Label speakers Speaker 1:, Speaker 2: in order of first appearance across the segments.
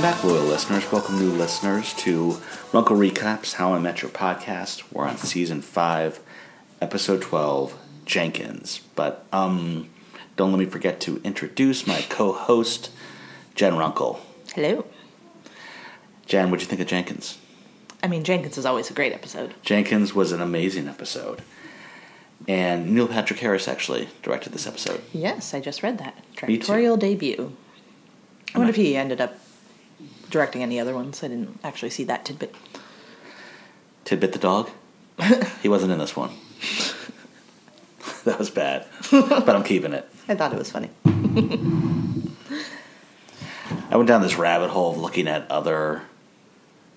Speaker 1: back, loyal listeners. Welcome, new listeners, to Runkle Recaps How I Met Your Podcast. We're on season five, episode 12, Jenkins. But um, don't let me forget to introduce my co host, Jen Runkle.
Speaker 2: Hello.
Speaker 1: Jen, what'd you think of Jenkins?
Speaker 2: I mean, Jenkins is always a great episode.
Speaker 1: Jenkins was an amazing episode. And Neil Patrick Harris actually directed this episode.
Speaker 2: Yes, I just read that.
Speaker 1: Me too.
Speaker 2: Directorial debut. I
Speaker 1: Am I-
Speaker 2: wonder if he ended up directing any other ones. I didn't actually see that tidbit.
Speaker 1: Tidbit the dog? he wasn't in this one. that was bad. but I'm keeping it.
Speaker 2: I thought it was funny.
Speaker 1: I went down this rabbit hole of looking at other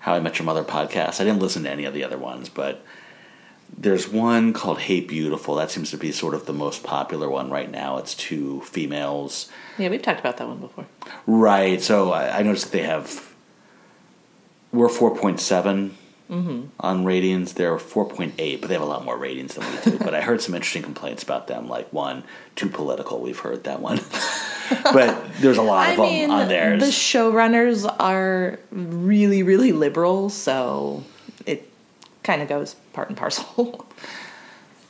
Speaker 1: How I Met Your Mother podcasts. I didn't listen to any of the other ones, but there's one called Hey Beautiful. That seems to be sort of the most popular one right now. It's two females.
Speaker 2: Yeah, we've talked about that one before.
Speaker 1: Right. So I, I noticed that they have. We're 4.7 on ratings. They're 4.8, but they have a lot more ratings than we do. but I heard some interesting complaints about them. Like, one, too political. We've heard that one. but there's a lot of them on theirs.
Speaker 2: the showrunners are really, really liberal, so it kind of goes part and parcel.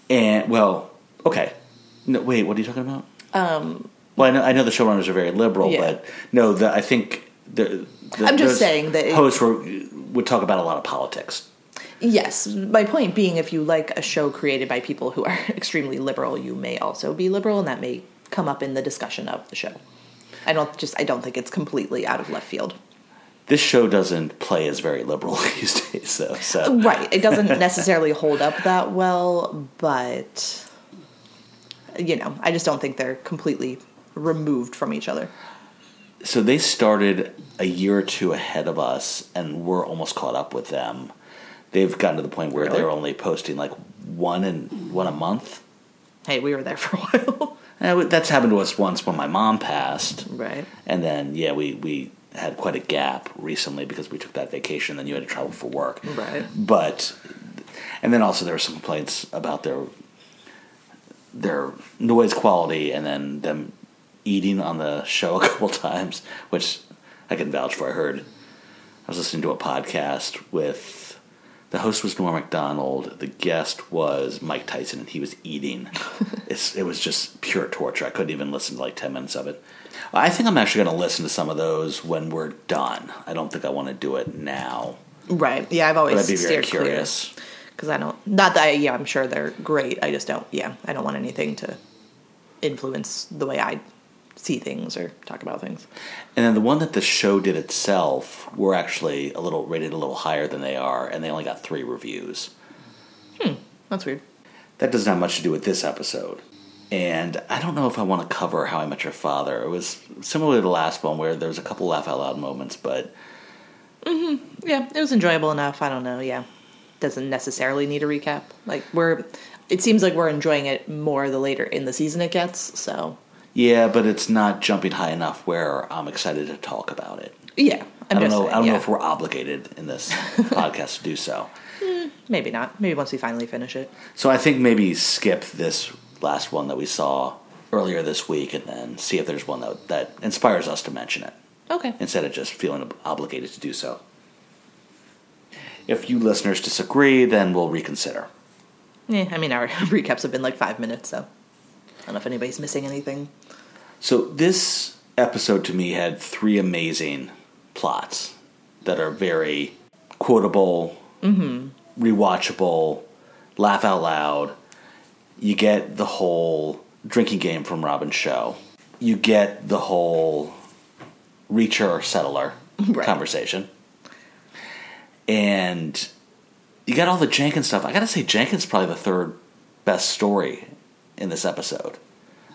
Speaker 1: And well, okay. No, wait, what are you talking about? Um, well, I know, I know the showrunners are very liberal,
Speaker 2: Yeah.
Speaker 1: but no, the, I think the, the
Speaker 2: I'm just
Speaker 1: those
Speaker 2: saying that it-
Speaker 1: hosts were, would talk about a lot of politics.
Speaker 2: Yes, my point being, if you like a show created by people who are extremely liberal, you may also be liberal, and that may come up in the discussion of the show. I don't just I don't think it's completely out of left field.
Speaker 1: This show doesn't play as very liberal these days, though. So
Speaker 2: Right, it doesn't necessarily hold up that well, but you know, I just don't think they're completely removed from each other.
Speaker 1: so they started a year or two ahead of us and we're almost caught up with them they've gotten to the point where
Speaker 2: Really?
Speaker 1: they're only posting like one and one a month
Speaker 2: Hey, we were there for a while.
Speaker 1: And it- that's happened to us once when my mom passed
Speaker 2: Right.
Speaker 1: and then yeah we we had quite a gap recently because we took that vacation then you had to travel for work
Speaker 2: Right.
Speaker 1: but and then also there were some complaints about their their noise quality and then them eating on the show a couple times which i can vouch for i heard i was listening to a podcast with the host was norm mcdonald the guest was mike tyson and he was eating it's, it was just pure torture i couldn't even listen to like 10 minutes of it i think i'm actually going to listen to some of those when we're done i don't think i want to do it now
Speaker 2: Right. Yeah, I've
Speaker 1: but
Speaker 2: always
Speaker 1: i'd be very
Speaker 2: steered clear.
Speaker 1: curious
Speaker 2: because I don't. Not that I, yeah, I'm sure they're great. I just don't. Yeah, I don't want anything to influence the way I see things or talk about things.
Speaker 1: And then the one that the show did itself were actually a little rated a little higher than they are, and they only got three reviews.
Speaker 2: That's weird.
Speaker 1: That doesn't have much to do with this episode. And I don't know if I want to cover How I Met Your Father. It was similar to the last one where there was a couple laugh out loud moments, but
Speaker 2: Yeah, it was enjoyable enough. I don't know. Yeah, doesn't necessarily need a recap. Like we're. It seems like we're enjoying it more the later in the season it gets. So
Speaker 1: yeah, but it's not jumping high enough where I'm excited to talk about it.
Speaker 2: yeah,
Speaker 1: I'm
Speaker 2: I'm
Speaker 1: I do not
Speaker 2: just
Speaker 1: know.
Speaker 2: saying,
Speaker 1: I don't
Speaker 2: yeah.
Speaker 1: know if we're obligated in this podcast to do so.
Speaker 2: maybe not. Maybe once we finally finish it.
Speaker 1: So I think maybe skip this last one that we saw earlier this week, and then see if there's one that that inspires us to mention it.
Speaker 2: Okay.
Speaker 1: instead of just feeling ob- obligated to do so. If you listeners disagree, then we'll reconsider.
Speaker 2: Yeah, I mean our recaps have been like five minutes, so I don't know if anybody's missing anything.
Speaker 1: So, this episode to me had three amazing plots that are very quotable, rewatchable, laugh out loud. You get the whole drinking game from Robin Show, you get the whole reacher or settler
Speaker 2: Right.
Speaker 1: conversation. And you got all the Jenkins stuff. I gotta say, Jenkins is probably the third best story in this episode.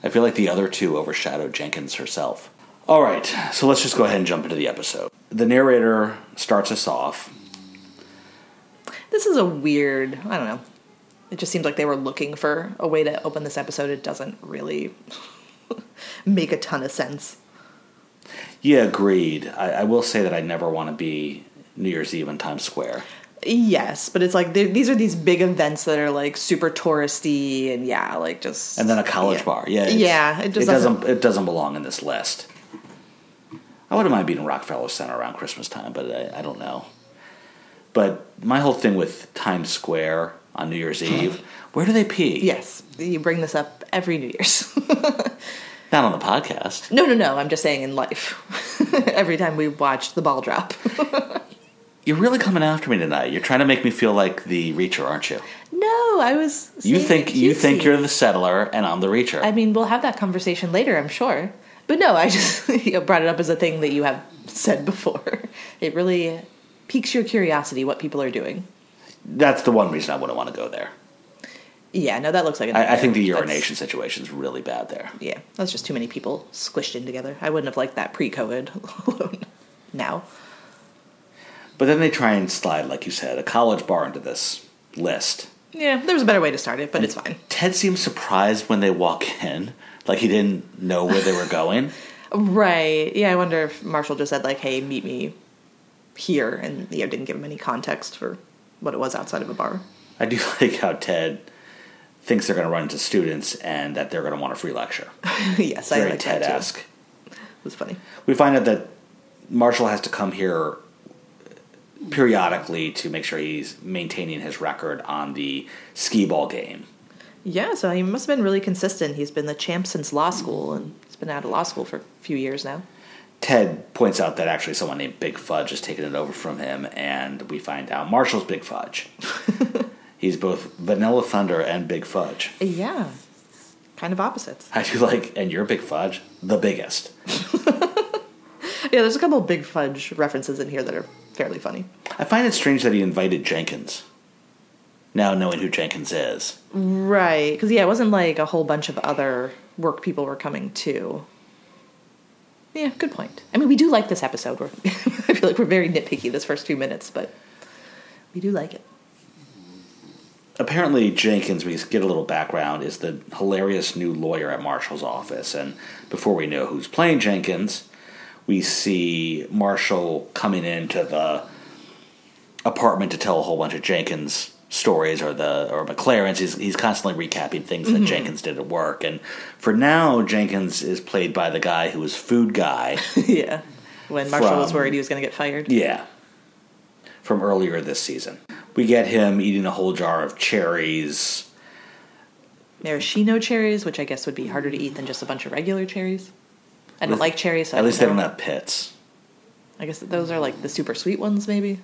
Speaker 1: I feel like the other two overshadowed Jenkins herself. All right, so let's just go ahead and jump into the episode. The narrator starts us off.
Speaker 2: This is a weird, I don't know. It just seems like they were looking for a way to open this episode. It doesn't really make a ton of sense.
Speaker 1: Yeah, agreed. I, I will say that I never want to be New Year's Eve in Times Square.
Speaker 2: Yes, but it's like they- these are these big events that are like super touristy and yeah, like just
Speaker 1: and then a college
Speaker 2: yeah.
Speaker 1: bar. Yeah, it's-
Speaker 2: yeah,
Speaker 1: it, doesn't, it doesn't belong in this list. I wouldn't mind being in Rockefeller Center around Christmas time, but I, I don't know. But my whole thing with Times Square on New Year's Eve, where do they pee?
Speaker 2: Yes, you bring this up every New Year's.
Speaker 1: Not on the podcast.
Speaker 2: no, no, no. I'm just saying in life. every time we watched the ball drop.
Speaker 1: You're really coming after me tonight. You're trying to make me feel like the reacher, aren't you?
Speaker 2: no, I was.
Speaker 1: You
Speaker 2: saying
Speaker 1: think you think
Speaker 2: cutesy.
Speaker 1: you're the settler and I'm the reacher.
Speaker 2: I mean, we'll have that conversation later, I'm sure. But no, I just you know, brought it up as a thing that you have said before. It really piques your curiosity what people are doing.
Speaker 1: That's the one reason I wouldn't want to go there.
Speaker 2: Yeah, no, that looks like an.
Speaker 1: I, I think the urination situation's really bad there.
Speaker 2: yeah, that's just too many people squished in together. I wouldn't have liked that pre-COVID alone. now,
Speaker 1: But then they try and slide, like you said, a college bar into this list.
Speaker 2: yeah, there was a better way to start it, but it's fine.
Speaker 1: Ted seems surprised when they walk in, like he didn't know where they were going.
Speaker 2: Right? Yeah, I wonder if Marshall just said like, "Hey, meet me here," and you know, didn't give him any context for what it was outside of a bar.
Speaker 1: I do like how Ted thinks they're going to run into students and that they're going to want a free lecture.
Speaker 2: yes, I
Speaker 1: Very
Speaker 2: like
Speaker 1: Ted
Speaker 2: that too.
Speaker 1: esque.
Speaker 2: It was funny.
Speaker 1: We find out that Marshall has to come here periodically to make sure he's maintaining his record on the skee ball game.
Speaker 2: Yeah, so he must have been really consistent. He's been the champ since law school, and he's been out of law school for a few years now.
Speaker 1: Ted points out that actually someone named Big Fudge has taken it over from him, and we find out Marshall's Big Fudge. He's both Vanilla Thunder and Big Fudge.
Speaker 2: Yeah, kind of opposites.
Speaker 1: I do like, and you're Big Fudge, the biggest.
Speaker 2: Yeah, there's a couple of Big Fudge references in here that are fairly funny.
Speaker 1: I find it strange that he invited Jenkins. Now knowing who Jenkins is,
Speaker 2: Right, because yeah, it wasn't like a whole bunch of other work people were coming to. Yeah, good point. I mean, we do like this episode. We're, I feel like we're very nitpicky this first few minutes, but we do like it.
Speaker 1: apparently Jenkins, we get a little background, is the hilarious new lawyer at Marshall's office. And before we know who's playing Jenkins, we see Marshall coming into the apartment to tell a whole bunch of Jenkins stories or the or McLaren's. He's he's constantly recapping things that Jenkins did at work. And for now, Jenkins is played by the guy who was food guy.
Speaker 2: yeah, when Marshall was
Speaker 1: From-
Speaker 2: worried he was going to get fired.
Speaker 1: Yeah. From earlier this season. We get him eating a whole jar of cherries.
Speaker 2: maraschino cherries, which I guess would be harder to eat than just a bunch of regular cherries. I don't
Speaker 1: With-
Speaker 2: like cherries, so I
Speaker 1: At least they
Speaker 2: know.
Speaker 1: don't have pits.
Speaker 2: I guess those are like the super sweet ones, maybe.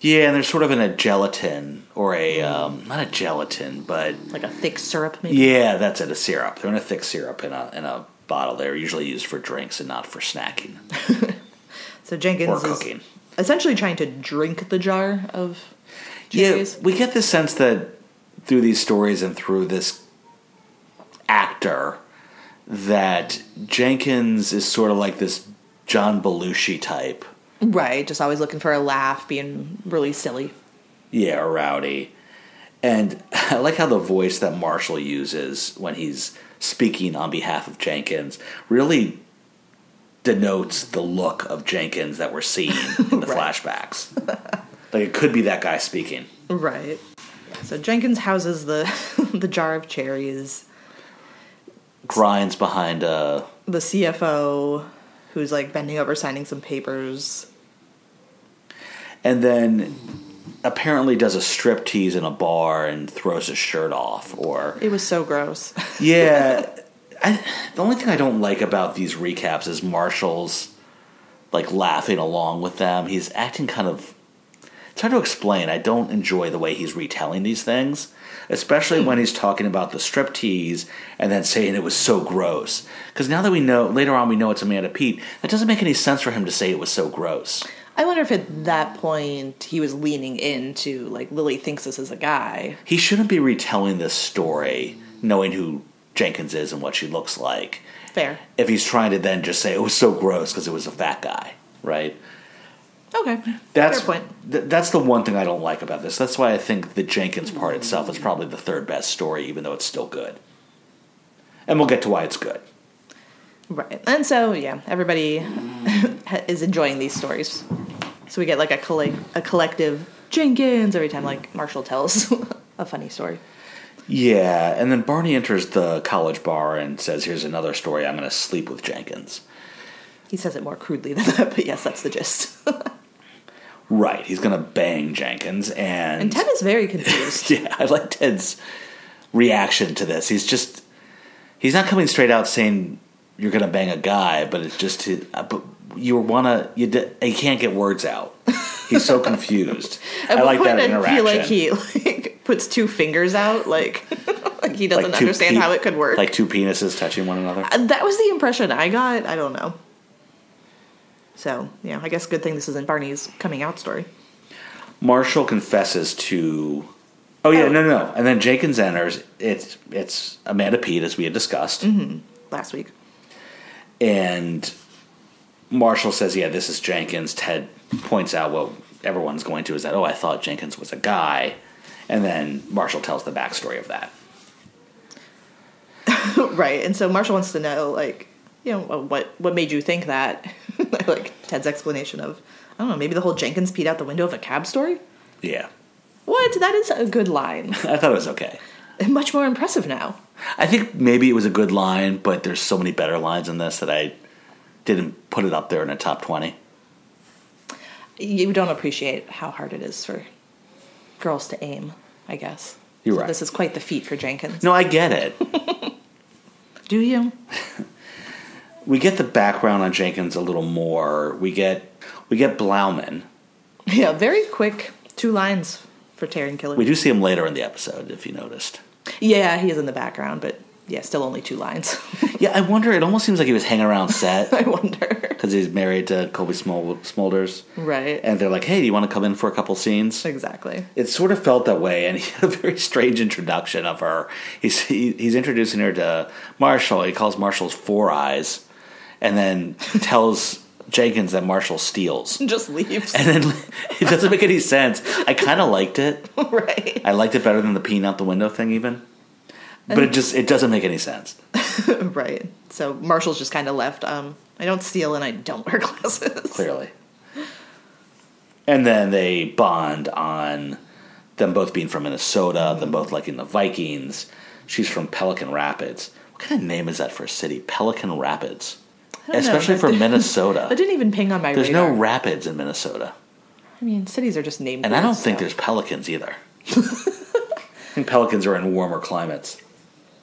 Speaker 1: Yeah, and they're sort of in a gelatin or a um, not a gelatin, but
Speaker 2: Like a thick syrup, maybe.
Speaker 1: yeah, that's it, a syrup. They're in a thick syrup in a in a bottle. They're usually used for drinks and not for snacking.
Speaker 2: So Jenkins
Speaker 1: Or
Speaker 2: is
Speaker 1: cooking.
Speaker 2: essentially trying to drink the jar of
Speaker 1: Yeah,
Speaker 2: cherries.
Speaker 1: we get the sense that through these stories and through this actor that Jenkins is sort of like this John Belushi type.
Speaker 2: Right, just always looking for a laugh, being really silly.
Speaker 1: Yeah, rowdy. And I like how the voice that Marshall uses when he's speaking on behalf of Jenkins really denotes the look of Jenkins that we're seeing in the
Speaker 2: Right.
Speaker 1: flashbacks. like it could be that guy speaking.
Speaker 2: Right. So Jenkins houses the the jar of cherries.
Speaker 1: Grinds behind a
Speaker 2: The CFO, who's like bending over signing some papers.
Speaker 1: and then apparently does a strip tease in a bar and throws his shirt off or
Speaker 2: It was so gross.
Speaker 1: Yeah. I, the only thing I don't like about these recaps is Marshall's like laughing along with them. He's acting kind of it's hard to explain. I don't enjoy the way he's retelling these things, especially when he's talking about the striptease and then saying it was so gross. Because now that we know later on we know it's Amanda Pete, that doesn't make any sense for him to say it was so gross.
Speaker 2: I wonder if at that point he was leaning into like Lily thinks this is a guy.
Speaker 1: he shouldn't be retelling this story knowing who Jenkins is and what she looks like.
Speaker 2: Fair.
Speaker 1: If he's trying to then just say it was so gross because it was a fat guy, right?
Speaker 2: Okay.
Speaker 1: That's
Speaker 2: fair point.
Speaker 1: th- that's the one thing I don't like about this. That's why I think the Jenkins part itself is probably the third best story, even though it's still good. And we'll get to why it's good.
Speaker 2: Right. And so yeah, everybody is enjoying these stories. So we get like a collect a collective Jenkins every time like Marshall tells a funny story.
Speaker 1: Yeah, and then Barney enters the college bar and says, "Here's another story. I'm going to sleep with Jenkins."
Speaker 2: He says it more crudely than that, but yes, that's the gist.
Speaker 1: Right, he's gonna bang Jenkins, and,
Speaker 2: and Ted is very confused.
Speaker 1: yeah, I like Ted's reaction to this. He's just he's not coming straight out saying you're gonna bang a guy, but it's just to, uh, but you wanna you d- he can't get words out. He's so confused.
Speaker 2: At
Speaker 1: I
Speaker 2: one
Speaker 1: like
Speaker 2: point,
Speaker 1: that
Speaker 2: I
Speaker 1: interaction.
Speaker 2: feel like he like puts two fingers out, like like he
Speaker 1: Like
Speaker 2: doesn't
Speaker 1: two
Speaker 2: understand
Speaker 1: pe-
Speaker 2: how it could work.
Speaker 1: Like two penises touching one another.
Speaker 2: Uh, that was the impression I got. I don't know. So yeah, I guess good thing this isn't Barney's coming out story.
Speaker 1: Marshall confesses to. Oh yeah,
Speaker 2: Oh.
Speaker 1: no, no, no. And then Jenkins enters. It's it's Amanda Pete as we had discussed,
Speaker 2: Last week,
Speaker 1: and Marshall says, "Yeah, this is Jenkins." Ted points out what everyone's going to is that. Oh, I thought Jenkins was a guy, and then Marshall tells the backstory of that.
Speaker 2: right? And so Marshall wants to know, like, you know, well, what what made you think that? I like Ted's explanation of, I don't know, maybe the whole Jenkins peed out the window of a cab story.
Speaker 1: Yeah,
Speaker 2: What? That is a good line.
Speaker 1: I thought it was okay.
Speaker 2: Much more impressive now.
Speaker 1: I think maybe it was a good line, but there's so many better lines in this that I didn't put it up there in the top twenty.
Speaker 2: you don't appreciate how hard it is for girls to aim, I guess.
Speaker 1: You're
Speaker 2: So
Speaker 1: right.
Speaker 2: This is quite the feat for Jenkins.
Speaker 1: No, I get it.
Speaker 2: Do you?
Speaker 1: we get the background on Jenkins a little more. We get we get Blauman.
Speaker 2: Yeah, very quick. Two lines for Taryn Killer.
Speaker 1: We do see him later in the episode, if you noticed.
Speaker 2: yeah, he is in the background, but yeah, still only two lines.
Speaker 1: Yeah, I wonder. It almost seems like he was hanging around set
Speaker 2: I wonder.
Speaker 1: because he's married to Colby Smol- Smulders,
Speaker 2: Right.
Speaker 1: and they're like, "Hey, do you want to come in for a couple scenes?"
Speaker 2: exactly.
Speaker 1: It sort of felt that way, and he had a very strange introduction of her. He's he, he's introducing her to Marshall. He calls Marshall's four eyes, and then tells Jenkins that Marshall steals.
Speaker 2: Just leaves.
Speaker 1: And then it doesn't make any sense. I kind of liked it.
Speaker 2: right.
Speaker 1: I liked it better than the peeing out the window thing, even. But it just it doesn't make any sense.
Speaker 2: Right. So Marshall's just kind of left. Um, I don't steal and I don't wear glasses.
Speaker 1: Clearly. And then they bond on them both being from Minnesota, them both liking the Vikings. She's from Pelican Rapids. What kind of name is that for a city? Pelican Rapids,
Speaker 2: know,
Speaker 1: especially
Speaker 2: but
Speaker 1: for
Speaker 2: the- I
Speaker 1: Minnesota.
Speaker 2: didn't even ping on my
Speaker 1: There's no
Speaker 2: radar.
Speaker 1: rapids in Minnesota,
Speaker 2: I mean, cities are just named.
Speaker 1: and I don't
Speaker 2: words,
Speaker 1: think
Speaker 2: so.
Speaker 1: there's pelicans either. I think pelicans are in warmer climates.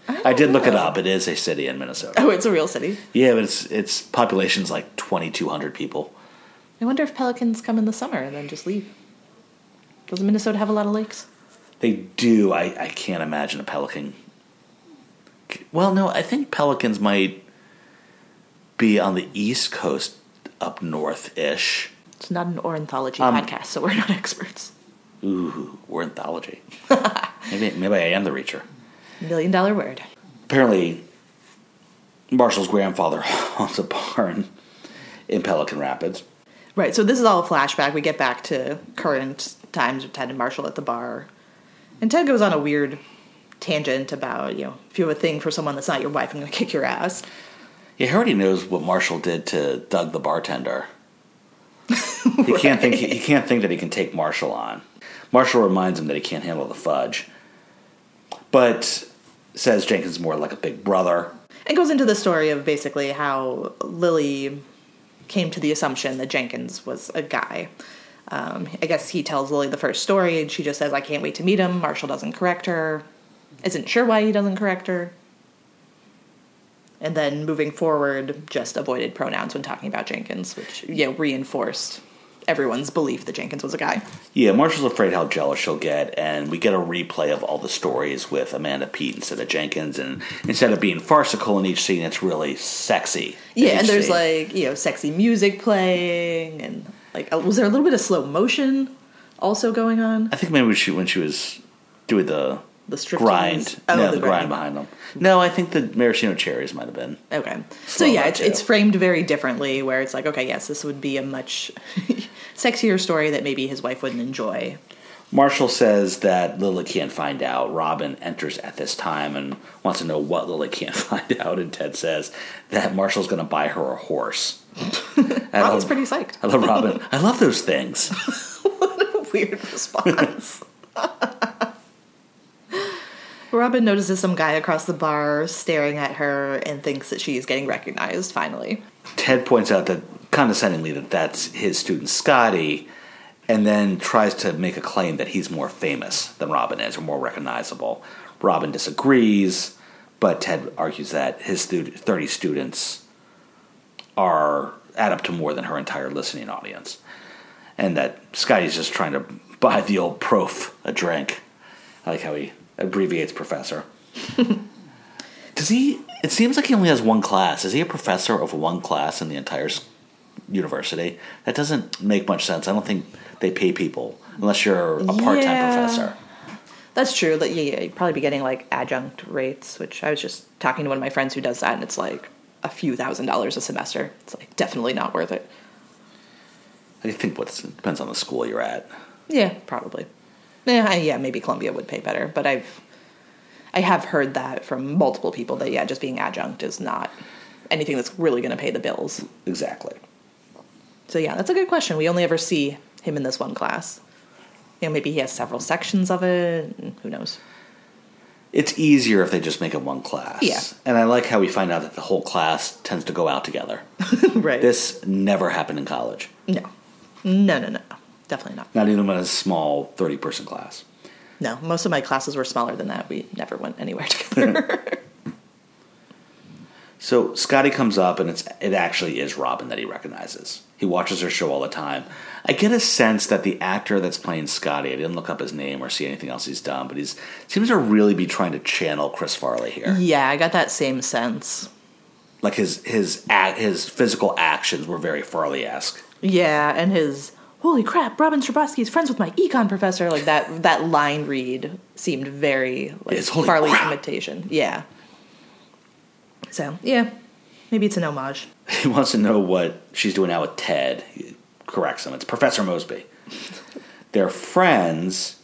Speaker 1: I, did look it
Speaker 2: know.
Speaker 1: up. It is a city in Minnesota.
Speaker 2: Oh, it's a real city.
Speaker 1: Yeah, but it's its population's like twenty two hundred people.
Speaker 2: I wonder if pelicans come in the summer and then just leave. Doesn't Minnesota have a lot of lakes?
Speaker 1: They do. I I can't imagine a pelican. Well, no, I think pelicans might be on the east coast, up north ish.
Speaker 2: It's not an ornithology
Speaker 1: Um,
Speaker 2: podcast, so we're not experts.
Speaker 1: Ooh, we're anthology. maybe maybe I am the reacher.
Speaker 2: Million dollar word.
Speaker 1: Apparently, Marshall's grandfather owns a barn in Pelican Rapids.
Speaker 2: Right, so this is all a flashback. We get back to current times of Ted and Marshall at the bar. And Ted goes on a weird tangent about, you know, if you have a thing for someone that's not your wife, I'm going to kick your ass.
Speaker 1: Yeah, he already knows what Marshall did to Doug the bartender. He can't think he, can't think that he can take Marshall on. Marshall reminds him that he can't handle the fudge. But says Jenkins is more like a big brother.
Speaker 2: It goes into the story of basically how Lily came to the assumption that Jenkins was a guy. Um, I guess he tells Lily the first story, and she just says, "I can't wait to meet him." Marshall doesn't correct her, isn't sure why he doesn't correct her, and then moving forward, just avoided pronouns when talking about Jenkins, which you know reinforced everyone's belief that Jenkins was a guy.
Speaker 1: Yeah, Marshall's afraid how jealous she'll get, and we get a replay of all the stories with Amanda Pete instead of Jenkins, and instead of being farcical in each scene, it's really sexy. in
Speaker 2: Yeah, and
Speaker 1: each
Speaker 2: there's
Speaker 1: scene.
Speaker 2: like you know sexy music playing, and like oh, was there a little bit of slow motion also going on?
Speaker 1: I think maybe when she when she was doing the
Speaker 2: The striptease?
Speaker 1: grind,
Speaker 2: Oh,
Speaker 1: no,
Speaker 2: the
Speaker 1: the, grind.
Speaker 2: grind.
Speaker 1: behind them. No, I think the maraschino cherries might have been.
Speaker 2: Okay. So
Speaker 1: Slow
Speaker 2: yeah,
Speaker 1: mo,
Speaker 2: it's,
Speaker 1: too.
Speaker 2: it's framed very differently where it's like, okay, yes, this would be a much sexier story that maybe his wife wouldn't enjoy.
Speaker 1: Marshall says that Lily can't find out. Robin enters at this time and wants to know what Lily can't find out. And Ted says that Marshall's going to buy her a horse. I
Speaker 2: Robin's
Speaker 1: love,
Speaker 2: pretty psyched.
Speaker 1: I love Robin. I love those things.
Speaker 2: Weird response. Robin notices some guy across the bar staring at her and thinks that she's getting recognized finally.
Speaker 1: Ted points out that condescendingly that that's his student Scotty, and then tries to make a claim that he's more famous than Robin is or more recognizable. Robin disagrees, but Ted argues that his stu- 30 students are add up to more than her entire listening audience, and that Scotty's just trying to buy the old prof a drink. I like how he abbreviates professor. Does he? It seems like he only has one class. Is he a professor of one class in the entire s- university? That doesn't make much sense. I don't think they pay people unless you're a part-time
Speaker 2: Yeah.
Speaker 1: professor.
Speaker 2: That's true. Like, yeah, yeah, you'd probably be getting like adjunct rates, which I was just talking to one of my friends who does that, and it's like a few thousand dollars a semester. It's like definitely not worth it.
Speaker 1: I think what's it depends on the school you're at.
Speaker 2: Yeah, probably. Yeah, I- yeah, maybe Columbia would pay better, but I've I have heard that from multiple people that yeah, just being adjunct is not anything that's really going to pay the bills.
Speaker 1: Exactly.
Speaker 2: So yeah, that's a good question. We only ever see him in this one class. You know, maybe he has several sections of it. and Who knows?
Speaker 1: It's easier if they just make it one class.
Speaker 2: Yeah.
Speaker 1: And I like how we find out that the whole class tends to go out together.
Speaker 2: right.
Speaker 1: this never happened in college.
Speaker 2: No. No, no, no. Definitely not.
Speaker 1: Not even in a small thirty-person class.
Speaker 2: No, most of my classes were smaller than that. We never went anywhere together.
Speaker 1: So Scotty comes up, and it's it actually is Robin that he recognizes. He watches her show all the time. I get a sense that the actor that's playing Scotty, I didn't look up his name or see anything else he's done, but he's seems to really be trying to channel Chris Farley here.
Speaker 2: yeah, I got that same sense.
Speaker 1: Like his his act, his physical actions were very Farley esque.
Speaker 2: Yeah, and his holy crap, Robin Scherbatsky is friends with my econ professor. Like that that line read seemed very like
Speaker 1: Yes, holy
Speaker 2: Farley
Speaker 1: crap.
Speaker 2: imitation. Yeah. So yeah, maybe it's an homage.
Speaker 1: He wants to know what she's doing now with Ted. He corrects him. It's Professor Mosby. They're friends.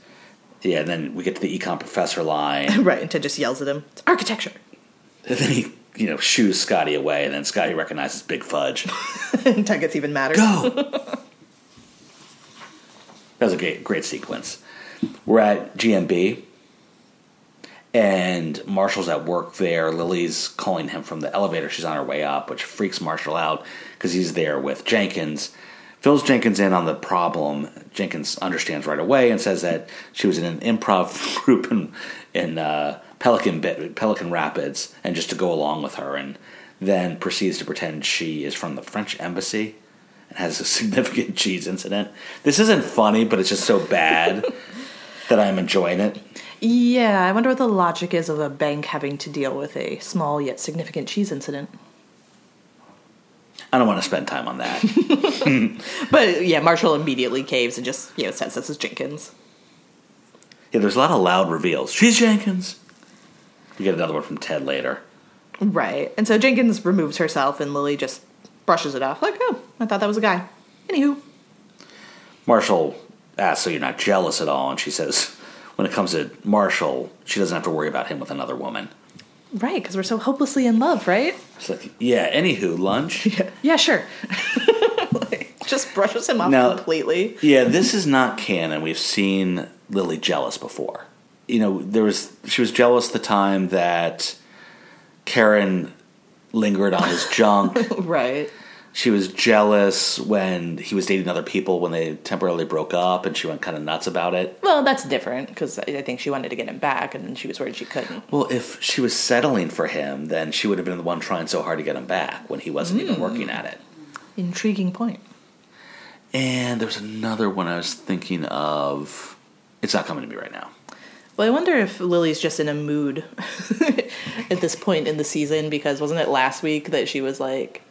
Speaker 1: Yeah, and then we get to the econ professor line.
Speaker 2: right, and Ted just yells at him. It's architecture.
Speaker 1: And then he, you know, shoos Scotty away, and then Scotty recognizes Big Fudge.
Speaker 2: and Ted gets even madder.
Speaker 1: Go! that was a great, great sequence. We're at GMB, and Marshall's at work there. Lily's calling him from the elevator. She's on her way up, which freaks Marshall out because he's there with Jenkins. Fills Jenkins in on the problem. Jenkins understands right away and says that she was in an improv group in, in uh, Pelican Bit, Pelican Rapids, and just to go along with her, and then proceeds to pretend she is from the French embassy and has a significant cheese incident. This isn't funny, but it's just so bad that I'm enjoying it.
Speaker 2: Yeah, I wonder what the logic is of a bank having to deal with a small yet significant cheese incident.
Speaker 1: I don't want to spend time on that.
Speaker 2: But yeah, Marshall immediately caves and just you know says this is Jenkins.
Speaker 1: Yeah, there's a lot of loud reveals. She's Jenkins. We get another one from Ted later.
Speaker 2: Right. And so Jenkins removes herself and Lily just brushes it off, like, oh, I thought that was a guy. Anywho.
Speaker 1: Marshall asks, So you're not jealous at all? And she says, When it comes to Marshall, she doesn't have to worry about him with another woman.
Speaker 2: Right, because we're so hopelessly in love, right?
Speaker 1: It's like, Yeah, anywho, lunch.
Speaker 2: Yeah, yeah sure. like, just brushes him off
Speaker 1: Now-
Speaker 2: completely.
Speaker 1: Yeah, this is not canon. We've seen Lily jealous before. You know, there was she was jealous the time that Karen lingered on his junk.
Speaker 2: Right.
Speaker 1: she was jealous when he was dating other people when they temporarily broke up, and she went kind of nuts about it.
Speaker 2: Well, that's different because I I think she wanted to get him back and then she was worried she couldn't.
Speaker 1: Well, if she was settling for him, then she would have been the one trying so hard to get him back when he wasn't even working at it.
Speaker 2: Intriguing point.
Speaker 1: And there's another one I was thinking of. It's not coming to me right now.
Speaker 2: Well, I wonder if Lily's just in a mood at this point in the season because wasn't it last week that she was like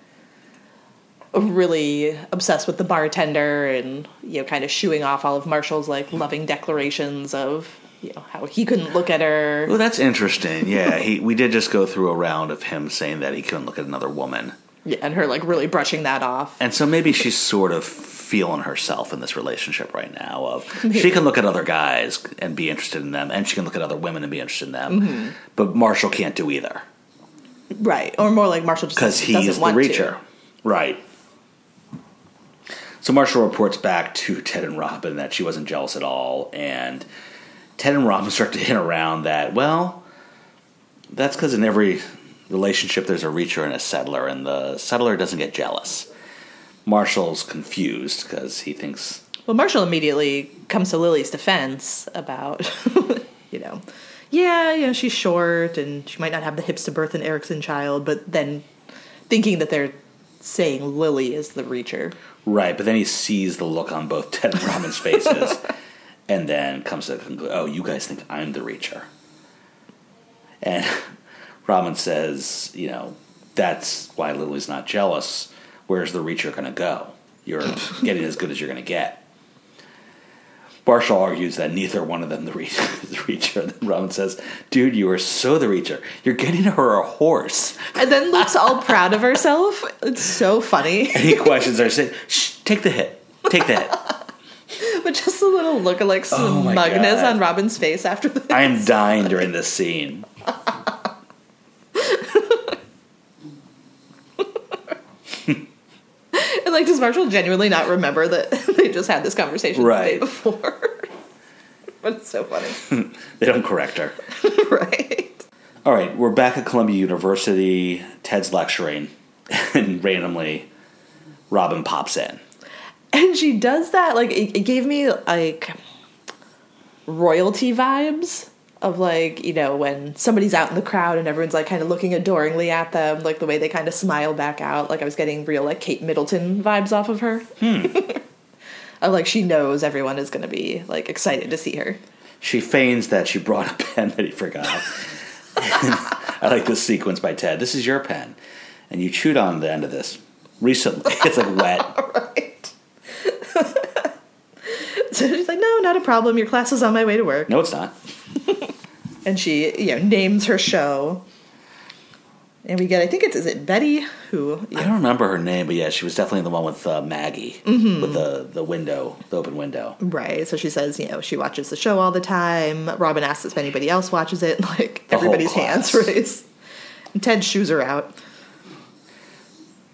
Speaker 2: really obsessed with the bartender and you know kind of shooing off all of Marshall's like loving declarations of you know how he couldn't look at her.
Speaker 1: Well, that's interesting. Yeah, he we did just go through a round of him saying that he couldn't look at another woman,
Speaker 2: Yeah, and her like really brushing that off.
Speaker 1: and so maybe she's sort of feeling herself in this relationship right now. Of she can look at other guys and be interested in them, and she can look at other women and be interested in them, but Marshall can't do either
Speaker 2: Right. Or more like Marshall just
Speaker 1: because
Speaker 2: doesn't
Speaker 1: he's the
Speaker 2: want
Speaker 1: reacher,
Speaker 2: to.
Speaker 1: right? So Marshall reports back to Ted and Robin that she wasn't jealous at all, and Ted and Robin start to hint around that well, that's because in every relationship, there's a reacher and a settler, and the settler doesn't get jealous. Marshall's confused because he thinks
Speaker 2: Well, Marshall immediately comes to Lily's defense about, you know, yeah, you know, she's short and she might not have the hips to birth an Erickson child, but then thinking that they're saying Lily is the reacher.
Speaker 1: right, but then he sees the look on both Ted and Robin's faces, and then comes to the conclusion: Oh, you guys think I'm the reacher? And Robin says, you know, that's why Lily's not jealous. Where's the reacher going to go? You're getting as good as you're going to get. Marshall argues that neither one of them the, re- the reacher. Then Robin says, "Dude, you are so the reacher. You're getting her a horse."
Speaker 2: And then looks all proud of herself. It's so funny.
Speaker 1: Any questions are said. Shh, take the hit. Take the hit.
Speaker 2: But just a little look of like
Speaker 1: Oh my
Speaker 2: smugness
Speaker 1: God.
Speaker 2: on Robin's face after this.
Speaker 1: I am dying during this scene.
Speaker 2: And like, does Marshall genuinely not remember that they just had this conversation the day
Speaker 1: Right.
Speaker 2: before? but it's so funny.
Speaker 1: They don't correct her.
Speaker 2: right.
Speaker 1: All right, we're back at Columbia University. Ted's lecturing, and randomly, Robin pops in.
Speaker 2: And she does that, like, it, it gave me, like, royalty vibes of, like, you know, when somebody's out in the crowd and everyone's, like, kind of looking adoringly at them, like, the way they kind of smile back out. Like, I was getting real, like, Kate Middleton vibes off of her. of, like, she knows everyone is going to be, like, excited to see her.
Speaker 1: She feigns that she brought a pen that he forgot. I like this sequence by Ted. This is your pen, and you chewed on the end of this recently. It's like wet.
Speaker 2: Right. so she's like, no, not a problem. Your class is on my way to work.
Speaker 1: No, it's not.
Speaker 2: And she, you know, names her show. And we get, I think it's, is it Betty who,
Speaker 1: I don't remember her name, but yeah, she was definitely the one with uh, Maggie with the the window, the open window.
Speaker 2: right. So she says, you know, she watches the show all the time. Robin asks if anybody else watches it. Like
Speaker 1: The whole
Speaker 2: everybody's hands
Speaker 1: class.
Speaker 2: raise. And Ted shoos her out.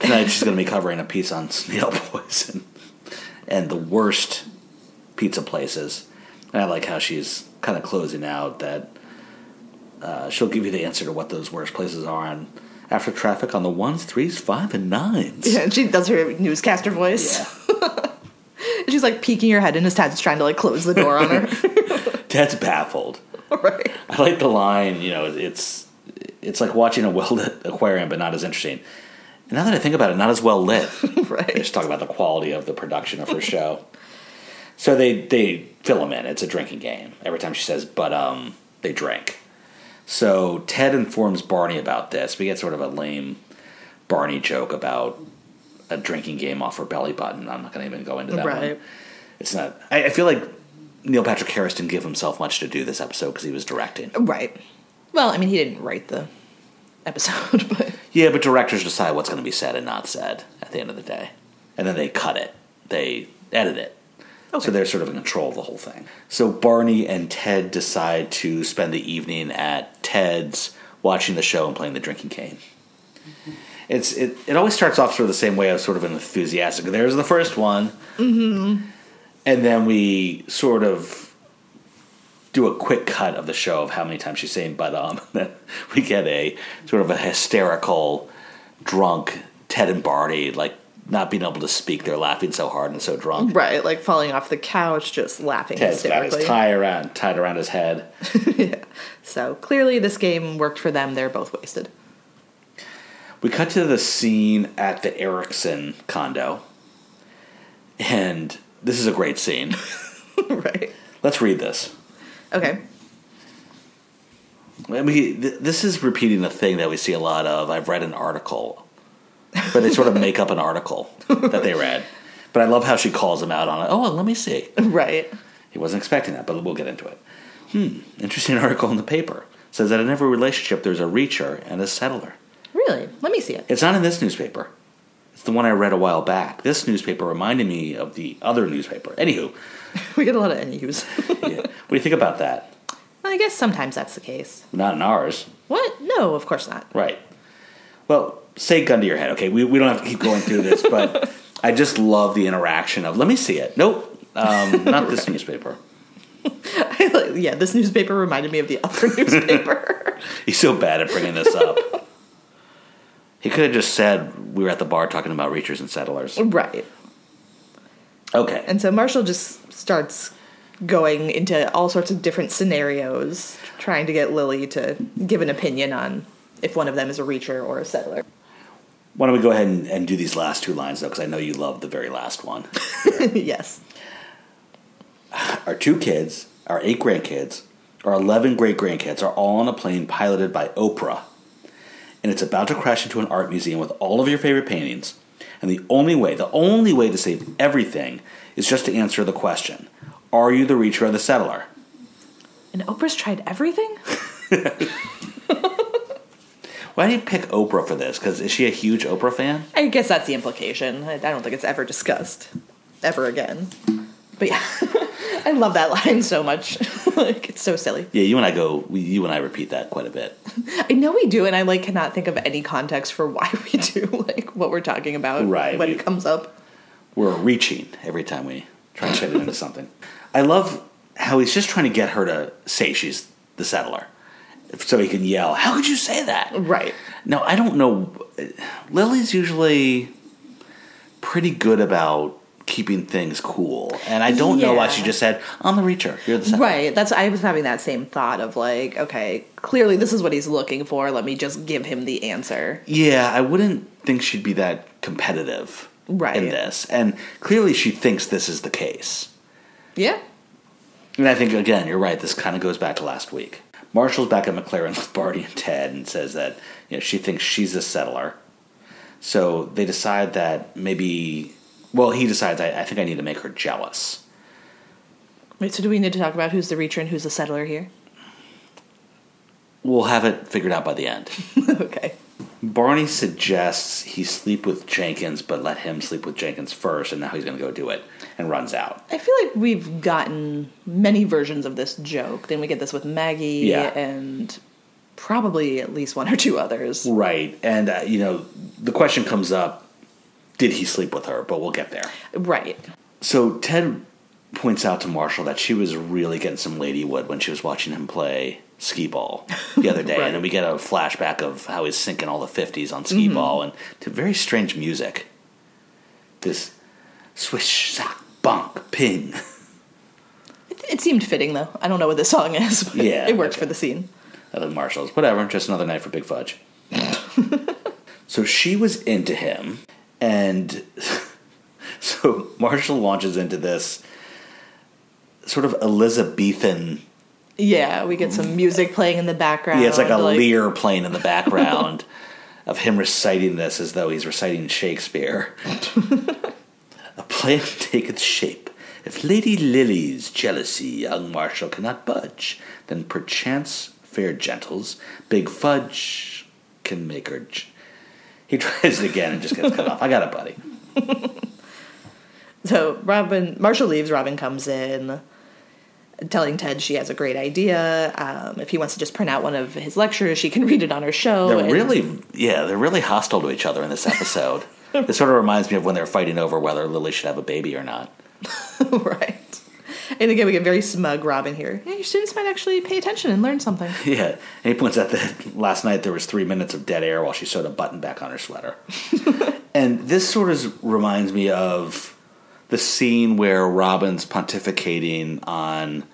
Speaker 1: Tonight she's going to be covering a piece on snail poison and the worst pizza places. And I like how she's kind of closing out that uh, she'll give you the answer to what those worst places are on after traffic on the ones, threes, five, and nines.
Speaker 2: Yeah, and she does her newscaster voice.
Speaker 1: Yeah.
Speaker 2: And she's like peeking her head in his Ted's trying to like close the door on her.
Speaker 1: Ted's baffled.
Speaker 2: right.
Speaker 1: I like the line. You know, it's it's like watching a well lit aquarium, but not as interesting. And now that I think about it, not as well lit. They
Speaker 2: Right.
Speaker 1: just talk about the quality of the production of her show. So they they fill him in. It's a drinking game. Every time she says, "But um," they drink. So Ted informs Barney about this. We get sort of a lame Barney joke about a drinking game off her belly button. I'm not going to even go into that
Speaker 2: Right.
Speaker 1: one. It's not. I, I feel like Neil Patrick Harris didn't give himself much to do this episode because he was directing.
Speaker 2: Right. Well, I mean, he didn't write the episode, but
Speaker 1: Yeah, but directors decide what's going to be said and not said at the end of the day. And then they cut it, they edit it. So they're sort of in control of the whole thing. So Barney and Ted decide to spend the evening at Ted's watching the show and playing the drinking game. It's it, it always starts off sort of the same way of sort of an enthusiastic. There's the first one. Mm-hmm. And then we sort of do a quick cut of the show of how many times she's saying but um and then we get a sort of a hysterical drunk Ted and Barney like not being able to speak, they're laughing so hard and so drunk.
Speaker 2: right, like falling off the couch, just laughing
Speaker 1: Ted's got his
Speaker 2: hysterically.
Speaker 1: tie around, tied around his head.
Speaker 2: So clearly, this game worked for them. They're both wasted.
Speaker 1: We cut to the scene at the Erickson condo, and this is a great scene.
Speaker 2: right.
Speaker 1: Let's read this.
Speaker 2: Okay.
Speaker 1: I mean, th- this is repeating a thing that we see a lot of. I've read an article, but they sort of make up an article that they read. But I love how she calls him out on it. Oh, well, let me see.
Speaker 2: Right.
Speaker 1: He wasn't expecting that, but we'll get into it. Hmm, interesting article in the paper says that in every relationship there's a reacher and a settler.
Speaker 2: Really? Let me see it.
Speaker 1: It's not in this newspaper. It's the one I read a while back. This newspaper reminded me of the other newspaper. Anywho,
Speaker 2: We get a lot of end use.
Speaker 1: yeah. what do you think about that?
Speaker 2: I guess sometimes that's the case.
Speaker 1: Not in ours,
Speaker 2: What? No, of course not.
Speaker 1: right? Well, say gun to your head. Okay, we, we don't have to keep going through this, but I just love the interaction of let me see it. Nope, um, not this newspaper.
Speaker 2: Like, yeah, this newspaper reminded me of the other newspaper.
Speaker 1: He's so bad at bringing this up. He could have just said we were at the bar talking about reachers and settlers.
Speaker 2: Right.
Speaker 1: Okay.
Speaker 2: And so Marshall just starts going into all sorts of different scenarios, trying to get Lily to give an opinion on if one of them is a reacher or a settler.
Speaker 1: Why don't we go ahead and, and do these last two lines, though, because I know you love the very last one.
Speaker 2: yes.
Speaker 1: our two kids, our eight grandkids, our 11 great grandkids are all on a plane piloted by Oprah. And it's about to crash into an art museum with all of your favorite paintings. And the only way, the only way to save everything is just to answer the question Are you the reacher or the settler?
Speaker 2: And Oprah's tried everything?
Speaker 1: Why do you pick Oprah for this? Because is she a huge Oprah fan?
Speaker 2: I guess that's the implication. I I don't think it's ever discussed ever again. But yeah, I love that line so much. like, it's so silly.
Speaker 1: Yeah, you and I go, we, you and I repeat that quite a bit.
Speaker 2: I know we do, and I like cannot think of any context for why we do like what we're talking about
Speaker 1: Right,
Speaker 2: when
Speaker 1: we-
Speaker 2: it comes up.
Speaker 1: we're reaching every time we try to fit it into something. I love how he's just trying to get her to say she's the settler, so he can yell, "How could you say that?"
Speaker 2: Right.
Speaker 1: Now I don't know. Lily's usually pretty good about keeping things cool, and I don't know why
Speaker 2: Yeah.
Speaker 1: she just said, "I'm the reacher. You're the settler."
Speaker 2: Right. That's I was having that same thought of like, okay, clearly this is what he's looking for. Let me just give him the answer.
Speaker 1: Yeah, I wouldn't think she'd be that competitive
Speaker 2: Right.
Speaker 1: in this, and clearly she thinks this is the case.
Speaker 2: Yeah.
Speaker 1: And I think again, you're right. This kind of goes back to last week. Marshall's back at McLaren with Barty and Ted, and says that you know she thinks she's a settler. So they decide that maybe. Well, he decides I, I think I need to make her jealous.
Speaker 2: Wait, so do we need to talk about who's the reacher and who's the settler here?
Speaker 1: We'll have it figured out by the end.
Speaker 2: okay.
Speaker 1: Barney suggests he sleep with Jenkins, but let him sleep with Jenkins first, and now he's going to go do it, and runs out.
Speaker 2: I feel like we've gotten many versions of this joke. Then we get this with Maggie
Speaker 1: Yeah.
Speaker 2: and probably at least one or two others.
Speaker 1: Right, and uh, you know the question comes up: Did he sleep with her? But we'll get there.
Speaker 2: Right.
Speaker 1: So Ted points out to Marshall that she was really getting some ladywood when she was watching him play skee ball the other day,
Speaker 2: Right.
Speaker 1: and then we get a flashback of how he's sinking all the fifties on skee ball and to very strange music. This swish, sock, bonk, ping.
Speaker 2: It, it seemed fitting though. I don't know what this song is, but
Speaker 1: Yeah,
Speaker 2: it worked
Speaker 1: okay.
Speaker 2: for the scene.
Speaker 1: Other than Marshall's, whatever, just another night for Big Fudge. so she was into him, and so Marshall launches into this sort of Elizabethan
Speaker 2: Yeah, we get some music playing in the background.
Speaker 1: Yeah, it's like a leer playing in the background of him reciting this as though he's reciting Shakespeare. a plan taketh shape. If Lady Lily's jealousy, young Marshall, cannot budge, then perchance, fair gentles, Big Fudge can make her. J- he tries it again and just gets cut off. I got it, buddy.
Speaker 2: So Robin, Marshall leaves. Robin comes in, telling Ted she has a great idea. Um, if he wants to just print out one of his lectures, she can read it on her show.
Speaker 1: They're
Speaker 2: and-
Speaker 1: really, yeah, they're really hostile to each other in this episode. it sort of reminds me of when they're fighting over whether Lily should have a baby or not.
Speaker 2: right. And again, we get very smug Robin here. Yeah, your students might actually pay attention and learn something.
Speaker 1: Yeah, and he points out that last night there was three minutes of dead air while she sewed a button back on her sweater. and this sort of reminds me of the scene where Robin's pontificating on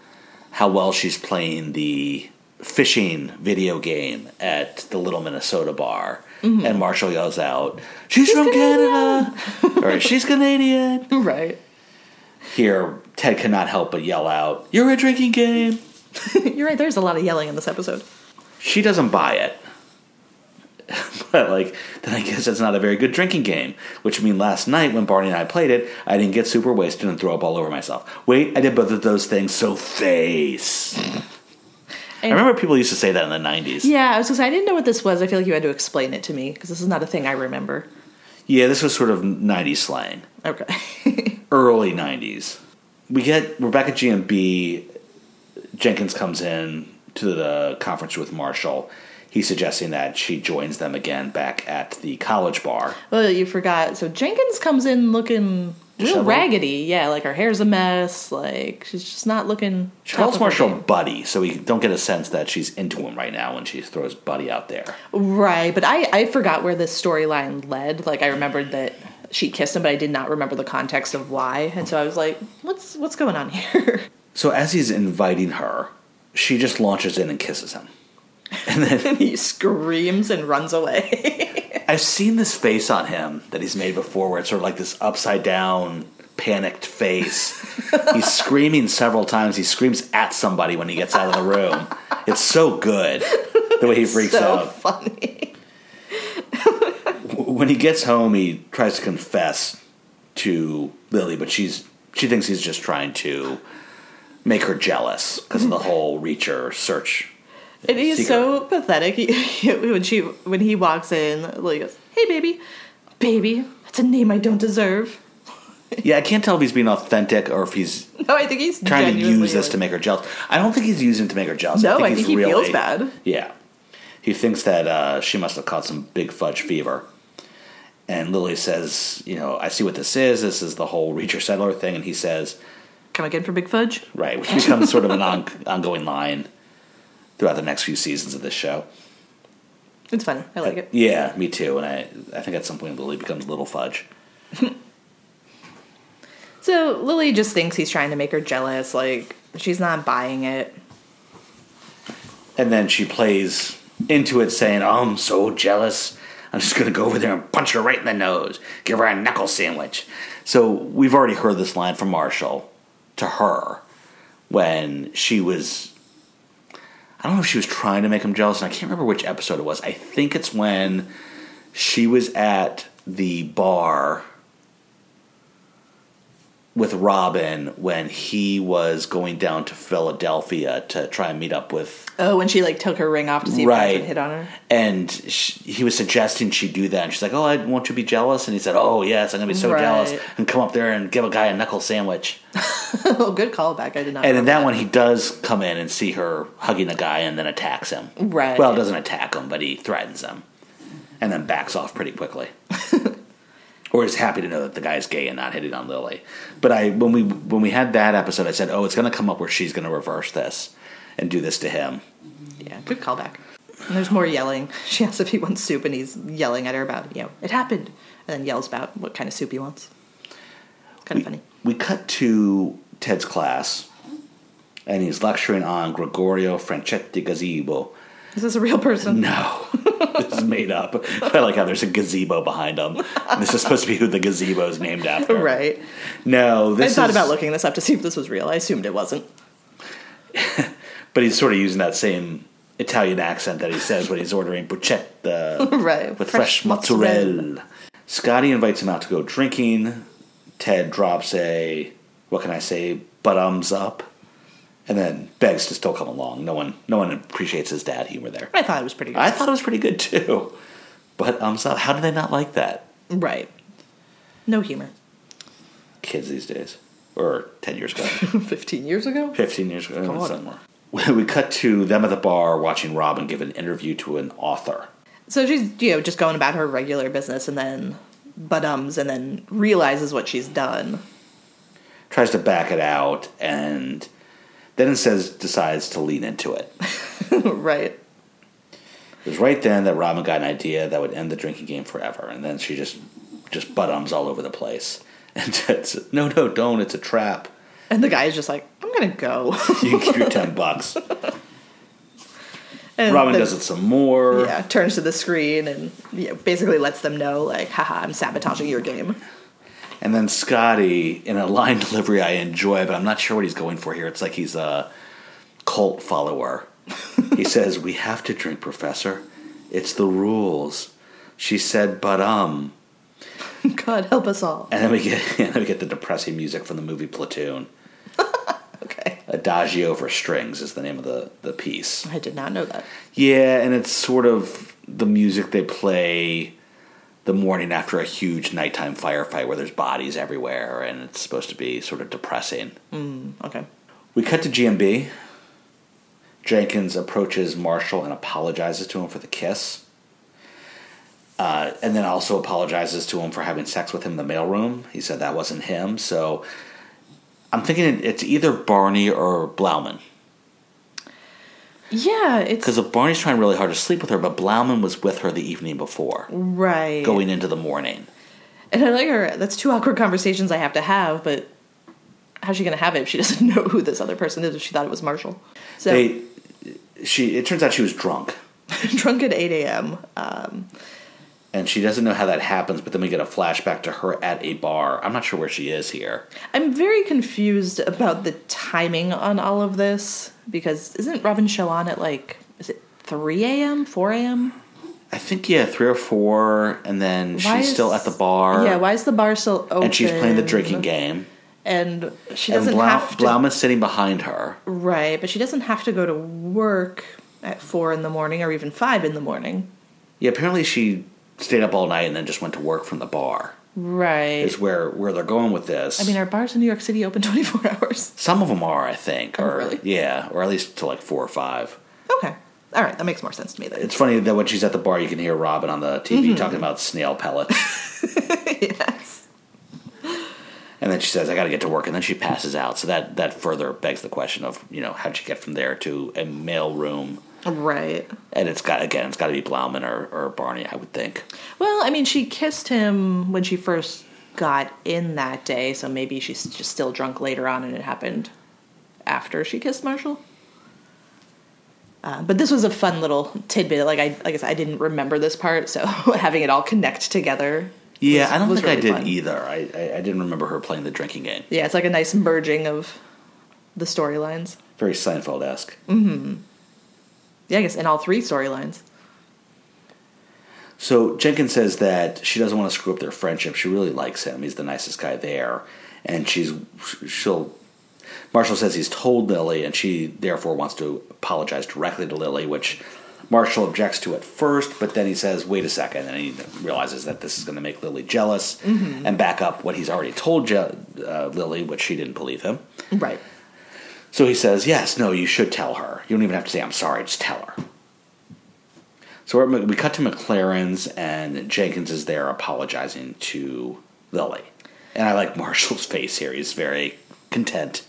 Speaker 1: how well she's playing the fishing video game at the Little Minnesota bar, and Marshall yells out, "She's, from Canada," or "She's Canadian."
Speaker 2: right.
Speaker 1: Here, Ted cannot help but yell out, "You're a drinking game."
Speaker 2: You're right. There's a lot of yelling in this episode.
Speaker 1: she doesn't buy it. but like, then I guess it's not a very good drinking game. Which mean last night when Barney and I played it, I didn't get super wasted and throw up all over myself. Wait, I did both of those things. So face. I
Speaker 2: And-
Speaker 1: remember people used to say that in the nineties. Yeah.
Speaker 2: Yeah, I was gonna say I didn't know what this was. I feel like you had to explain it to me because this is not a thing I remember.
Speaker 1: this was sort of nineties slang,
Speaker 2: Okay.
Speaker 1: early nineties. We get we're back at GMB. Jenkins comes in to the conference with Marshall. He's suggesting that she joins them again back at the college bar.
Speaker 2: well, you forgot. So Jenkins comes in looking real
Speaker 1: Disheveled?
Speaker 2: raggedy. Yeah, like her hair's a mess. Like she's just not looking. top
Speaker 1: Charles
Speaker 2: of her
Speaker 1: Marshall
Speaker 2: game.
Speaker 1: Buddy, so we don't get a sense that she's into him right now when she throws Buddy out there.
Speaker 2: Right, but I, I forgot where this storyline led. Like I remembered that she kissed him, but I did not remember the context of why. And so I was like, what's what's going on here?
Speaker 1: So as he's inviting her, she just launches in and kisses him.
Speaker 2: and he screams and runs away.
Speaker 1: I've seen this face on him that he's made before where it's sort of like this upside down, panicked face. he's screaming several times. He screams at somebody when he gets out of the room. It's so good the way he freaks
Speaker 2: so
Speaker 1: out.
Speaker 2: funny.
Speaker 1: W- When he gets home, he tries to confess to Lily, but she's she thinks he's just trying to make her jealous because of the whole Reacher search.
Speaker 2: And he's
Speaker 1: Secret.
Speaker 2: so pathetic. He, when she when he walks in, Lily goes, "Hey, baby, baby, that's a name I don't deserve."
Speaker 1: Yeah, I can't tell if he's being authentic or if he's
Speaker 2: No, I think he's
Speaker 1: trying to
Speaker 2: genuinely,
Speaker 1: use this
Speaker 2: like-
Speaker 1: to make her jealous. I don't think he's using it to make her jealous.
Speaker 2: No, I
Speaker 1: he's
Speaker 2: think he feels bad.
Speaker 1: Yeah, he thinks that uh, she must have caught some big fudge fever. And Lily says, "You know, I see what this is. This is the whole Reacher Settler thing." And he says,
Speaker 2: Come again for Big Fudge?
Speaker 1: "Right," which becomes sort of an on- ongoing line throughout the next few seasons of this show.
Speaker 2: It's funny. I like it.
Speaker 1: Uh, Yeah, me too. And I, I think at some point Lily becomes Little Fudge.
Speaker 2: So Lily just thinks he's trying to make her jealous. Like she's not buying it.
Speaker 1: And then she plays into it saying, oh, I'm so jealous. I'm just going to go over there and punch her right in the nose, give her a knuckle sandwich. So we've already heard this line from Marshall to her when she was. I don't know if she was trying to make him jealous, and I can't remember which episode it was. I think it's when she was at the bar with Robin when he was going down to Philadelphia to try and meet up with
Speaker 2: Oh, when she like took her ring off to see if
Speaker 1: Right.
Speaker 2: right. hit on her.
Speaker 1: and sh he was suggesting she do that, and she's like, "Oh, I won't you be jealous?" And he said, "Oh, yes, I'm gonna be so
Speaker 2: Right.
Speaker 1: jealous and come up there and give a guy a knuckle sandwich."
Speaker 2: oh, good callback. I did not.
Speaker 1: And in
Speaker 2: remember
Speaker 1: that one, he does come in and see her hugging a guy, and then attacks him.
Speaker 2: Right.
Speaker 1: Well, doesn't attack him, but he threatens him, and then backs off pretty quickly. or is happy to know that the guy's gay and not hitting on Lily. But I, when we when we had that episode, I said, "Oh, it's gonna come up where she's gonna reverse this and do this to him."
Speaker 2: Yeah, good callback. And there's more yelling. She asks if he wants soup, and he's yelling at her about, you know, it happened, and then yells about what kind of soup he wants. Kind of funny.
Speaker 1: we cut to Ted's class, and he's lecturing on Gregorio Franchetti Gazebo.
Speaker 2: Is this a real person?
Speaker 1: No, this is made up. I like how there's a gazebo behind him. And this is supposed to be who the gazebo is named after.
Speaker 2: Right.
Speaker 1: No,
Speaker 2: I
Speaker 1: this
Speaker 2: thought
Speaker 1: is,
Speaker 2: about looking this up to see if this was real. I assumed it wasn't.
Speaker 1: but he's sort of using that same Italian accent that he says when he's ordering bruschetta
Speaker 2: Right.
Speaker 1: with fresh, mozzarella. Scotty invites him out to go drinking. Ted drops a what can I say, buttums up, and then begs to still come along. No one, no one appreciates his dad humor there.
Speaker 2: I thought it was pretty good.
Speaker 1: I thought it was pretty good too. But up, how do they not like that?
Speaker 2: right. No humor.
Speaker 1: Kids these days, or ten years ago,
Speaker 2: 15 years ago?
Speaker 1: 15 years ago,
Speaker 2: on.
Speaker 1: somewhere. We cut to them at the bar watching Robin give an interview to an author.
Speaker 2: So she's, you know, just going about her regular business and then butums and then realizes what she's done.
Speaker 1: tries to back it out and then it says decides to lean into it.
Speaker 2: right.
Speaker 1: It was right then that Robin got an idea that would end the drinking game forever, and then she just just buttums all over the place. And Ted said, "No, no, don't! It's a trap.
Speaker 2: And the guy is just like, I'm going to go.
Speaker 1: You can keep your ten bucks."
Speaker 2: And
Speaker 1: Robin
Speaker 2: the-
Speaker 1: does it some more.
Speaker 2: yeah, turns to the screen and you know, basically lets them know, like, haha, I'm sabotaging your game.
Speaker 1: And then Scotty, in a line delivery I enjoy, but I'm not sure what he's going for here. It's like he's a cult follower. he says, We have to drink, Professor. It's the rules. She said, but um.
Speaker 2: God help us all.
Speaker 1: And then we get and then we get the depressing music from the movie Platoon.
Speaker 2: Okay.
Speaker 1: Adagio for Strings is the name of the, the piece.
Speaker 2: I did not know that.
Speaker 1: Yeah, and it's sort of the music they play the morning after a huge nighttime firefight where there's bodies everywhere and it's supposed to be sort of depressing.
Speaker 2: Okay.
Speaker 1: We cut to GMB. Jenkins approaches Marshall and apologizes to him for the kiss. Uh, and then also apologizes to him for having sex with him in the mailroom. He said that wasn't him. So I'm thinking it's either Barney or Blauman.
Speaker 2: Yeah, it's
Speaker 1: Because Barney's trying really hard to sleep with her, but Blauman was with her the evening before,
Speaker 2: right.
Speaker 1: going into the morning.
Speaker 2: And I like her. That's two awkward conversations I have to have, but how's she going to have it if she doesn't know who this other person is if she thought it was Marshall? So,
Speaker 1: They, she, it turns out she was drunk,
Speaker 2: drunk at 8 a.m. Uh,
Speaker 1: and she doesn't know how that happens. But then we get a flashback to her at a bar. I'm not sure where she is here.
Speaker 2: I'm very confused about the timing on all of this because isn't Robin show on at like, is it 3 a.m., 4 a.m.?
Speaker 1: I think yeah, three or four, and then
Speaker 2: Why
Speaker 1: she's
Speaker 2: is-
Speaker 1: still at the bar.
Speaker 2: Yeah, why is the bar still open?
Speaker 1: and she's playing the drinking game.
Speaker 2: And she
Speaker 1: And
Speaker 2: doesn't
Speaker 1: Blau-
Speaker 2: have to.
Speaker 1: Blauman's sitting behind her.
Speaker 2: Right, but she doesn't have to go to work at 4 in the morning or even 5 in the morning.
Speaker 1: Yeah, apparently she stayed up all night and then just went to work from the bar.
Speaker 2: Right.
Speaker 1: Is where where they're going with this.
Speaker 2: I mean, are bars in New York City open 24 hours?
Speaker 1: some of them are, I think,
Speaker 2: Oh,
Speaker 1: or
Speaker 2: really?
Speaker 1: yeah, or at least to like four or five.
Speaker 2: Okay. All right, that makes more sense to me then.
Speaker 1: It's funny that when she's at the bar, you can hear Robin on the TV talking about snail pellets,
Speaker 2: yes.
Speaker 1: and then she says, "I got to get to work," and then she passes out. So that that further begs the question of you know how'd she get from there to a mail room?
Speaker 2: Right.
Speaker 1: And it's got again, it's got to be Blauman or, or Barney, I would think.
Speaker 2: Well, I mean, she kissed him when she first got in that day, so maybe she's just still drunk later on and it happened after she kissed Marshall. Uh, but this was a fun little tidbit. Like I, like I said, I didn't remember this part, so having it all connect together.
Speaker 1: Yeah,
Speaker 2: was-
Speaker 1: I don't
Speaker 2: was
Speaker 1: think I
Speaker 2: really
Speaker 1: did
Speaker 2: fun.
Speaker 1: either. I, I I didn't remember her playing the drinking game.
Speaker 2: Yeah, it's like a nice merging of the storylines.
Speaker 1: Very Seinfeld esque.
Speaker 2: Yeah, I guess in all three storylines.
Speaker 1: So Jenkins says that she doesn't want to screw up their friendship. She really likes him. He's the nicest guy there, and she's she'll. Marshall says he's told Lily, and she therefore wants to apologize directly to Lily, which Marshall objects to at first. But then he says, "Wait a second. and he realizes that this is going to make Lily jealous, and back up what he's already told Je- uh, Lily, which she didn't believe him.
Speaker 2: Right.
Speaker 1: So he says, Yes, no, you should tell her. You don't even have to say, I'm sorry, just tell her. So we're, at Mc- we cut to McLaren's, and Jenkins is there apologizing to Lily. And I like Marshall's face here. He's very content.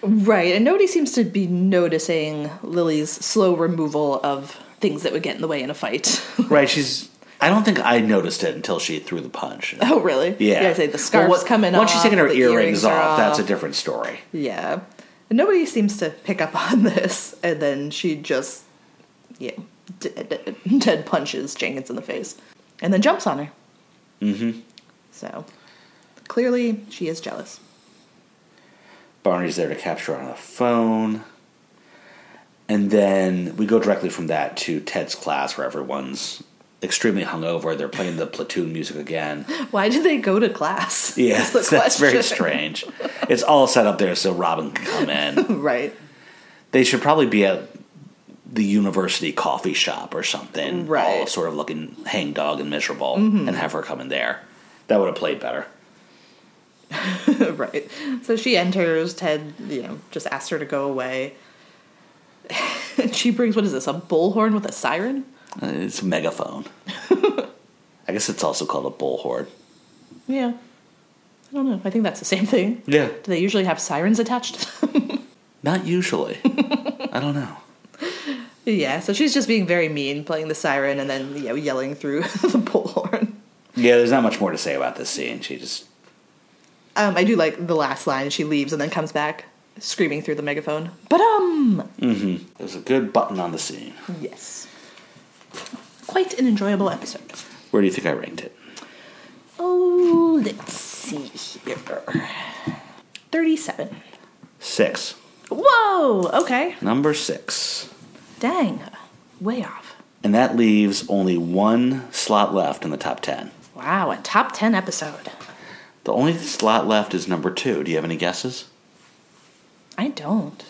Speaker 2: Right, and nobody seems to be noticing Lily's slow removal of things that would get in the way in a fight.
Speaker 1: Right, she's. I don't think I noticed it until she threw the punch.
Speaker 2: oh, really?
Speaker 1: Yeah.
Speaker 2: I say the scarf's
Speaker 1: Well, what-
Speaker 2: coming off.
Speaker 1: Once she's taking her
Speaker 2: the
Speaker 1: earrings
Speaker 2: are
Speaker 1: off, that's a different story.
Speaker 2: yeah. And nobody seems to pick up on this, and then she just yeah, d- d- dead punches Jenkins in the face, and then jumps on her. Mm-hmm.
Speaker 1: Mm-hmm.
Speaker 2: So clearly, she is jealous.
Speaker 1: Barney's there to capture her on the phone. And then we go directly from that to Ted's class where everyone's extremely hungover. They're playing the platoon music again.
Speaker 2: Why did they go to class?
Speaker 1: Yeah,
Speaker 2: Is the
Speaker 1: that's, that's very
Speaker 2: question.
Speaker 1: strange. It's all set up there so Robin can come in.
Speaker 2: Right.
Speaker 1: They should probably be at the university coffee shop or something, all
Speaker 2: Right. Mm-hmm.
Speaker 1: sort of looking hangdog and miserable, and have her come in there. That would have played better.
Speaker 2: right. So she enters. Ted, you know, just asks her to go away. and she brings what is this? A bullhorn with a siren?
Speaker 1: Uh, It's a megaphone. I guess it's also called a bullhorn.
Speaker 2: Yeah. I don't know. I think that's the same thing.
Speaker 1: Yeah.
Speaker 2: Do they usually have sirens attached to them?
Speaker 1: Not usually. I don't know.
Speaker 2: yeah. So she's just being very mean, playing the siren and then you know yelling through the bullhorn.
Speaker 1: Yeah, there's not much more to say about this scene. She just
Speaker 2: Um, I do like the last line. She leaves and then comes back screaming through the megaphone. But um,
Speaker 1: there's a good button on the scene.
Speaker 2: yes. Quite an enjoyable episode.
Speaker 1: Where do you think I ranked it?
Speaker 2: Oh, let's see here. 37.
Speaker 1: Six.
Speaker 2: Whoa! Okay.
Speaker 1: Number six.
Speaker 2: Dang. Way off.
Speaker 1: And that leaves only one slot left in the top ten.
Speaker 2: Wow, a top 10 episode.
Speaker 1: The only slot left is number two. Do you have any guesses?
Speaker 2: I don't.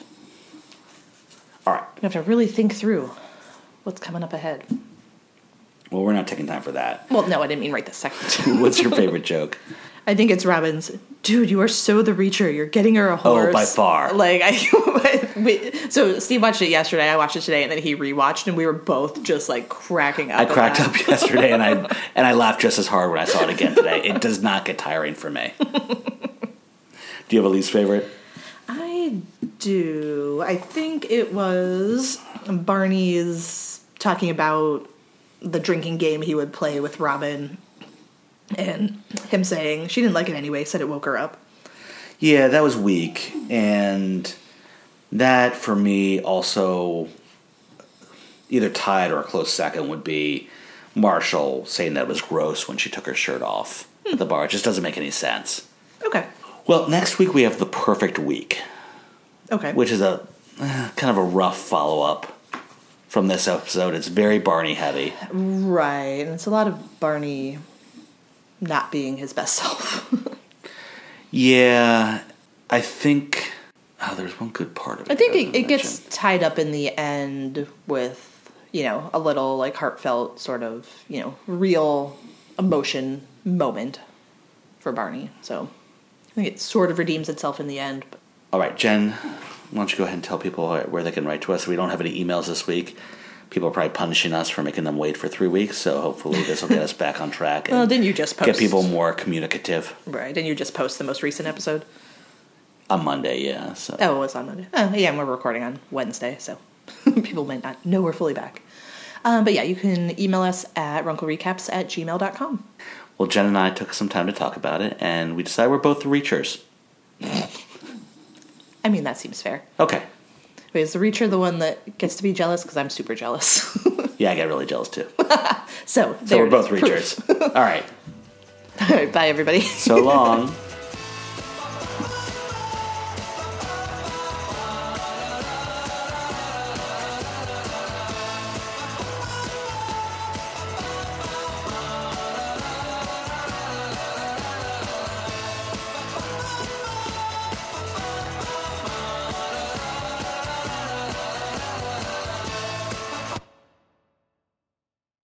Speaker 1: All right.
Speaker 2: You have to really think through what's coming up ahead.
Speaker 1: Well, we're not taking time for that.
Speaker 2: Well, no, I didn't mean right this second.
Speaker 1: What's your favorite joke?
Speaker 2: I think it's Robin's. Dude, you are so the reacher. You're getting her a horse.
Speaker 1: Oh, by far.
Speaker 2: Like I, we, so Steve watched it yesterday. I watched it today, and then he rewatched, and we were both just like cracking up.
Speaker 1: I
Speaker 2: at
Speaker 1: cracked
Speaker 2: that.
Speaker 1: up yesterday and I and I laughed just as hard when I saw it again today. It does not get tiring for me. Do you have a least favorite?
Speaker 2: I do. I think it was Barney's talking about the drinking game he would play with Robin, and him saying she didn't like it anyway. Said it woke her up.
Speaker 1: Yeah, that was weak. And that for me also either tied or a close second would be Marshall saying that it was gross when she took her shirt off at the bar. It just doesn't make any sense.
Speaker 2: Okay.
Speaker 1: Well, next week we have the perfect week,
Speaker 2: Okay.
Speaker 1: which is a eh, kind of a rough follow up from this episode. It's very Barney heavy.
Speaker 2: Right, and it's a lot of Barney not being his best self.
Speaker 1: Yeah, I think. Oh, there's one good part of it.
Speaker 2: I think
Speaker 1: that
Speaker 2: it,
Speaker 1: wasn't
Speaker 2: it gets
Speaker 1: mentioned.
Speaker 2: tied up in the end with, you know, a little like heartfelt sort of, you know, real emotion moment for Barney. So I think it sort of redeems itself in the end. But
Speaker 1: All right, Jen, why don't you go ahead and tell people where they can write to us? We don't have any emails this week. People are probably punishing us for making them wait for three weeks, so hopefully this will get us back on track and
Speaker 2: well, didn't you just post?
Speaker 1: get people more communicative
Speaker 2: Right, didn't you just post the most recent episode?
Speaker 1: on Monday. Yeah, so
Speaker 2: Oh, it was on Monday. Oh, yeah, and we're recording on Wednesday, so people might not know we're fully back. Um, but yeah, you can email us at runklerecaps at gmail.com.
Speaker 1: well, Jen and I took some time to talk about it, and we decided we're both the reachers.
Speaker 2: I mean, that seems fair.
Speaker 1: Okay,
Speaker 2: Wait, is the Reacher the one that gets to be jealous? Because I'm super jealous.
Speaker 1: yeah, I get really jealous too.
Speaker 2: so,
Speaker 1: So
Speaker 2: there
Speaker 1: we're
Speaker 2: it
Speaker 1: both
Speaker 2: is. Proof.
Speaker 1: reachers. All right,
Speaker 2: All right, bye, everybody.
Speaker 1: so long.